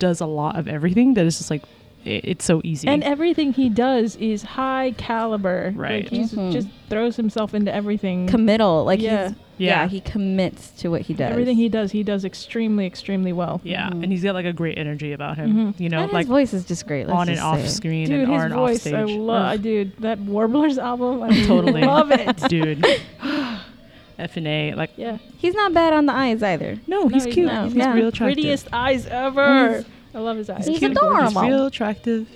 does a lot of everything that is just like it, it's so easy. And uh, everything he does is high caliber. Right. Like he Mhm. just throws himself into everything. Committal. Like Yeah. he's, Yeah. yeah. he commits to what he does. Everything he does, he does extremely, extremely well. yeah, Mhm. and he's got like a great energy about him. Mhm. You know, and like his voice is just great. let's on and just off say it. <laughs> screen Dude, and on his and off voice, stage. I love. Ugh, Dude, that Warblers album, I <laughs> Totally. love it. dude. <gasps> F and A, like Yeah, He's not bad on the eyes <laughs> either. no, he's he's Oh, cute. not. He's Yeah. real attractive. prettiest eyes ever. He's- I love his eyes. He's cute and gorgeous, adorable. real attractive.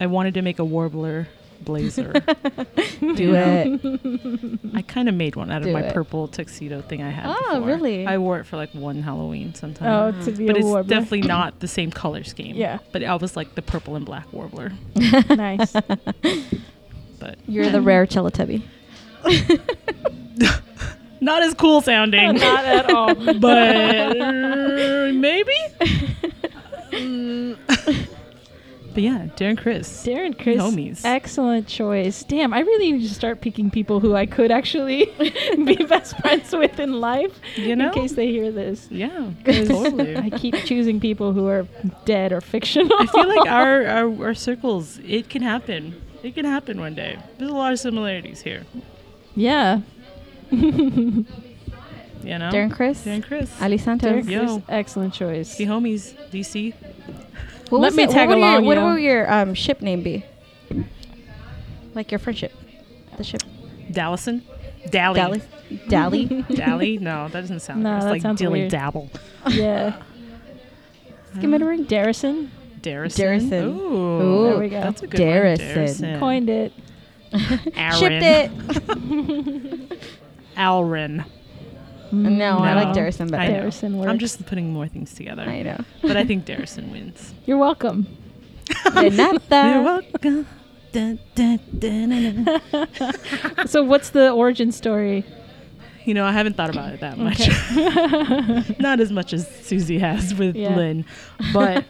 I- I wanted to make a warbler blazer. Do it. I kind of made one out of Do my it. purple tuxedo thing I had. Oh, before. really? I wore it for like one Halloween sometime. Oh, to be but a it's warbler. definitely not the same color scheme. Yeah. But I was like the purple and black warbler. <laughs> nice. But You're the <laughs> rare Teletubby. not as cool sounding. <laughs> Not <laughs> at all. but <laughs> uh, maybe. Mm. <laughs> but yeah, Darren Chris. Darren Chris, Homies. excellent choice. Damn, I really need to start picking people who I could actually <laughs> be best friends with in life, You know? in case they hear this. <laughs> yeah, 'Cause totally. I keep choosing people who are dead or fictional. I feel like our, our our circles, it can happen. It can happen one day. There's a lot of similarities here. <laughs> yeah, You know, Darren Chris. Darren Chris, Ali Derek Santos. Yeah. Yo. Chris, excellent choice. the homies, DC. What Let was me it- tag what would along, Your, what you know? would your um, ship name be? Like your friendship. The ship. Dallison, Dally, Dally. Dally. <laughs> <laughs> Dally. No, that doesn't sound. No, right. It's that like sounds dilly weird. dabble. <laughs> Yeah. Give it a ring. Darrison Darrison. Darrison. Ooh, Ooh, there we go. That's a good one, Darrison. Darrison. coined it. Aaron. Shipped it. Alrin. No, No. I like Darrison I know. better. Oh, Darrison works. I'm just putting more things together. I know. But I <laughs> think Darrison wins. You're welcome. <laughs> Uh, You're Renata. welcome. Dun, dun, dun, dun, <laughs> dun. So what's the origin story? You know, I haven't thought about it that much. Okay. Not as much <laughs> as Susie has with Yeah. Lynn. <laughs> But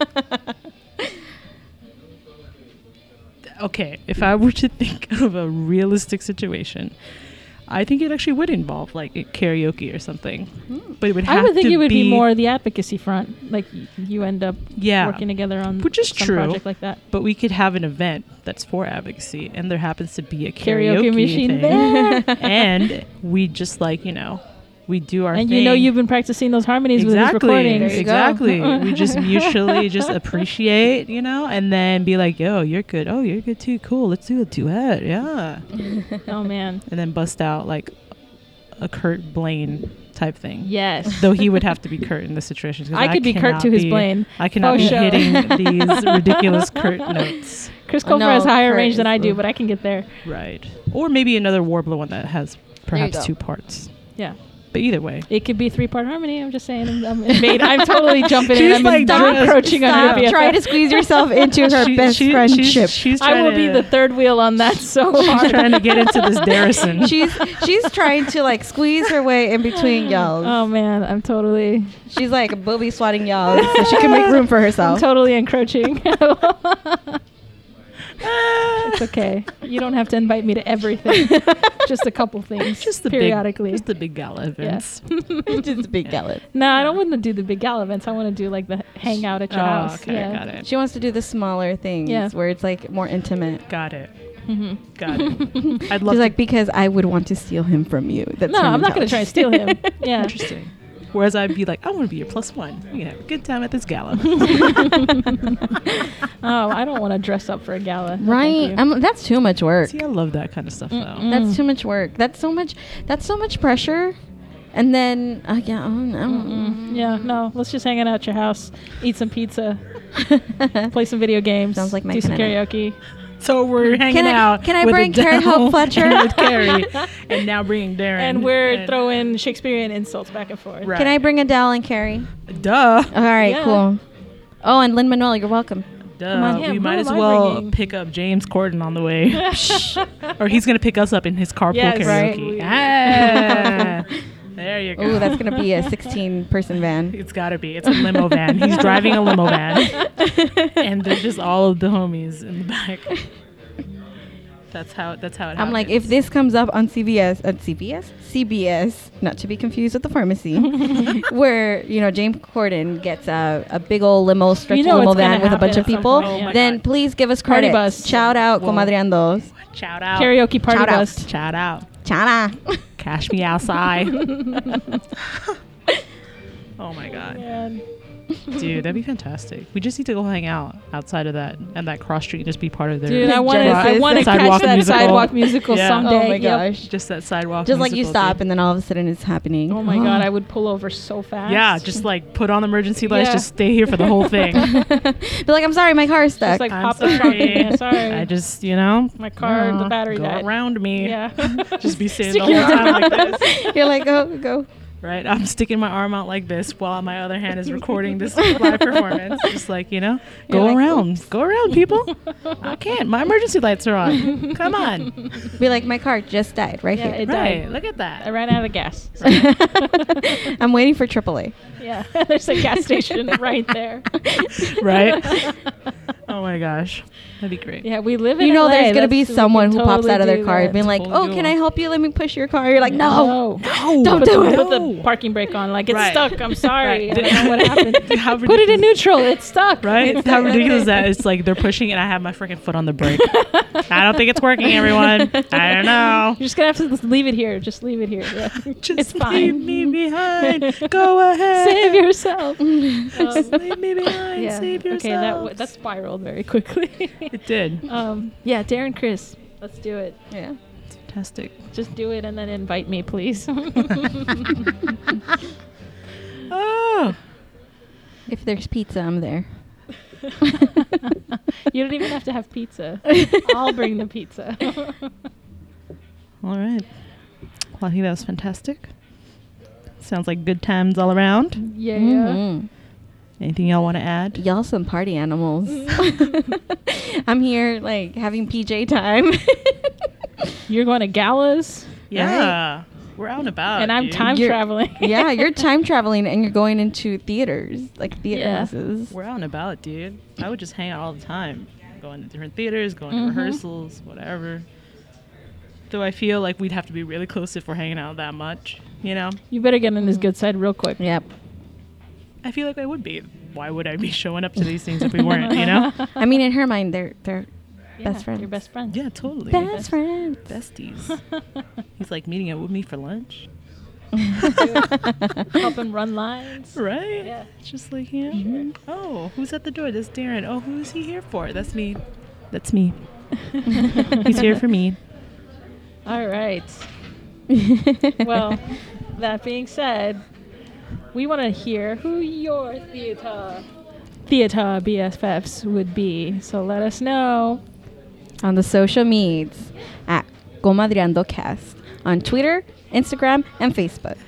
okay, if I were to think of a realistic situation, I think it actually would involve like karaoke or something. Hmm. But it would have I would think to it would be, more the advocacy front. Like y- you end up Yeah. working together on Which is some true. project like that. But we could have an event that's for advocacy, and there happens to be a karaoke, Karaoke thing, machine there. <laughs> <laughs> and we just like you know, we do our and thing. you know you've been practicing those harmonies exactly with these recordings. There you go. exactly. we just <laughs> mutually just appreciate, you know, and then be like, "Yo, you're good. Oh, you're good too. Cool. Let's do a duet. Yeah." <laughs> Oh man. And then bust out like a Kurt Blaine type thing. Yes. Though he would have to be Kurt in this situation. 'cause I could be Kurt cannot to his be- Blaine. I cannot For be sure. hitting <laughs> these ridiculous Kurt notes. Chris Colfer No, has higher Kurt range than is I do, the- but I can get there. Right. Or maybe another warbler one that has perhaps go. two parts. Yeah. But either way. It could be three part harmony. I'm just saying. I'm, I'm invade- <laughs> I'm totally jumping in. She's I'm like, stop, "Just encroaching Stop on your BFF. trying to squeeze yourself <laughs> into her She- best she- she's- friendship. She's, trying I will be to- the <laughs> third wheel on that so She's <laughs> hard. trying to get into <laughs> this Darrison. she's she's trying to like squeeze her way <sighs> in between y'all. Oh Um, man, I'm <laughs> totally, She's like a booby swatting y'all so she <laughs> can make room for I'm herself. totally <laughs> encroaching. it's Ah. okay. You don't have to invite me to <laughs> everything. just a couple things. Just the periodically. Big, just the big gala events. <laughs> Just big gallop. no, I don't want to do the big gala events. I want to do like the hangout at <laughs> your Oh, house. okay, yeah. got it. She wants to do the smaller things Yeah. where it's like more intimate. Got it. hmm Got <laughs> it. I'd love She's to like because I would want to steal him from you. That's No, her I'm not going to try to mentality. steal <laughs> him. Yeah. Interesting. Whereas I'd be like, I want to be your plus one. We can have a good time at this <laughs> gala. Oh, I don't want to dress up for a gala. No, thank Right? you. Mm. I'm, that's too much work. See, I love that kind of stuff though. Mm-mm. That's too much work. That's so much. That's so much pressure. And then uh, yeah, I don't know. Mm-mm. <laughs> Yeah, no. Let's just hang out at your house, eat some pizza, play some video games, Sounds like my do some kinda night. karaoke. So we're hanging I- out. can I with bring Adele <laughs> Karen Hope Fletcher? and with Carrie, and now <laughs> bringing Darren. And we're And- throwing Shakespearean insults back and forth. Right. Can I bring Adele and Carrie? Duh. All right, Yeah. cool. Oh, and Lynn Manuel, you're welcome. Duh. on. Yeah, we might who as am I well bringing? pick up James Corden on the <laughs> way, or he's gonna pick us up in his carpool Yes, right. karaoke. <laughs> Ah. there you go. Oh, that's gonna <laughs> be a 16 person <laughs> van. It's gotta be. It's a limo van. He's driving a limo <laughs> van, and there's just all of the homies in the back. That's how. That's how it. I'm like, happens. if this comes up on CBS, on CBS, CBS, not to be confused with the pharmacy, <laughs> where you know James Corden gets a, a big old limo, stretch You know limo it's gonna van with a bunch of happen at some people, point, Oh my then God. please give us Party credit. bus. Shout out, Whoa. comadreandos. shout out, Karaoke party Shout out. bus. shout out, Shout <laughs> out. cash me <laughs> outside. <laughs> oh my god, Man. dude, that'd be fantastic. We just need to go hang out outside of that and that cross street and just be part of their. Dude, I want to. I Genesis. want to catch Sidewalk that musical. <laughs> sidewalk musical Yeah. someday. Oh my Yep. gosh. just that sidewalk. Just like you musical, stop dude. and then all of a sudden it's happening. Oh my god, I would pull over so fast. Yeah, just like put on emergency lights. Yeah. Just stay here for the whole thing. <laughs> Oh. <laughs> Be like, I'm sorry, my car's stuck. Just like I'm pop the trunk in. Yeah, sorry. I just, you know, my car, uh, the battery go died. around me. Yeah. <laughs> <laughs> Just be sitting the Stick whole your time arm like out. <laughs> this. <laughs> You're like, oh, go. Right? I'm sticking my arm out like this while my other hand is recording <laughs> this live performance. Just like, you know, go You're like, around. Go around, <laughs> people. I can't. My emergency lights are on. Come on. Be like, my car just died right Yeah, here. it right. died. Look at I that. ran out <laughs> of gas. <laughs> I'm waiting for AAA. yeah, <laughs> there's a gas station <laughs> right there. Right? Oh my gosh. That'd be great. <laughs> Yeah, we live in. You know, LA. there's gonna be That's- we someone can who pops totally out of their do car that. and being like, Totally "Oh, do can it. I help you? Let me push your car." You're like, "No." no. No. <laughs> Don't Put do the, it. Put the No. parking brake on. Like it's Right. stuck. I'm sorry. Right. I don't know what <laughs> happened. How Put it in ridiculous- neutral. It's stuck. Right? It's How <laughs> like- ridiculous is that? It's like they're pushing and I have my freaking foot on the <laughs> brake. I don't think it's working, everyone. I don't know. You're just gonna have to just leave it here. Just leave it here. Yeah. <laughs> Just it's fine. leave me behind. Go ahead. <laughs> Save yourself. Just Um, leave me behind. yeah. Save yourself. Okay, that w- that spiraled very quickly. <laughs> it did. um, yeah, Darren, Chris, let's do it. Yeah. Fantastic. Just do it and then invite me, please. Oh, <laughs> If there's pizza, I'm <laughs> there. you don't even have to <laughs> have pizza. I'll bring the pizza. all right. Well, I think that was fantastic. Sounds like good times all around. Yeah. <laughs> Mhm. Anything y'all want to add? Y'all some party animals. <laughs> I'm here like having PJ time. <laughs> You're going to galas, Yeah. We're out and about. and I'm Oh, dude. time You're- traveling. yeah, <laughs> you're time traveling and you're going into theaters, like theater Yeah. classes. We're out and about, dude. I would just hang out all the time, going to different theaters, going Mhm. to rehearsals, whatever. Though I feel like we'd have to be really close if we're hanging out that much, you know? <laughs> You better get on his good side real quick. Yep. I feel like I would be. Why would I be showing up to these things if we weren't, you <laughs> know? I mean, in her mind, they're they're Yeah, best friends. Your best friend. <laughs> Yeah, totally. Best friends. <laughs> Besties. He's like meeting up with me for lunch. Help him run <laughs> lines. Right? Yeah. It's just like, yeah. Oh, who's at the door? That's Darren. Oh, who's he here for? That's me. That's me. <laughs> He's here for <laughs> me. All right. Well, that being said, we want to hear who your theater theater BFFs would be. So let us know. on the social medias at Comadriandocast on Twitter, <laughs> Instagram, and Facebook.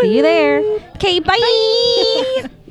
See you there. Okay, bye.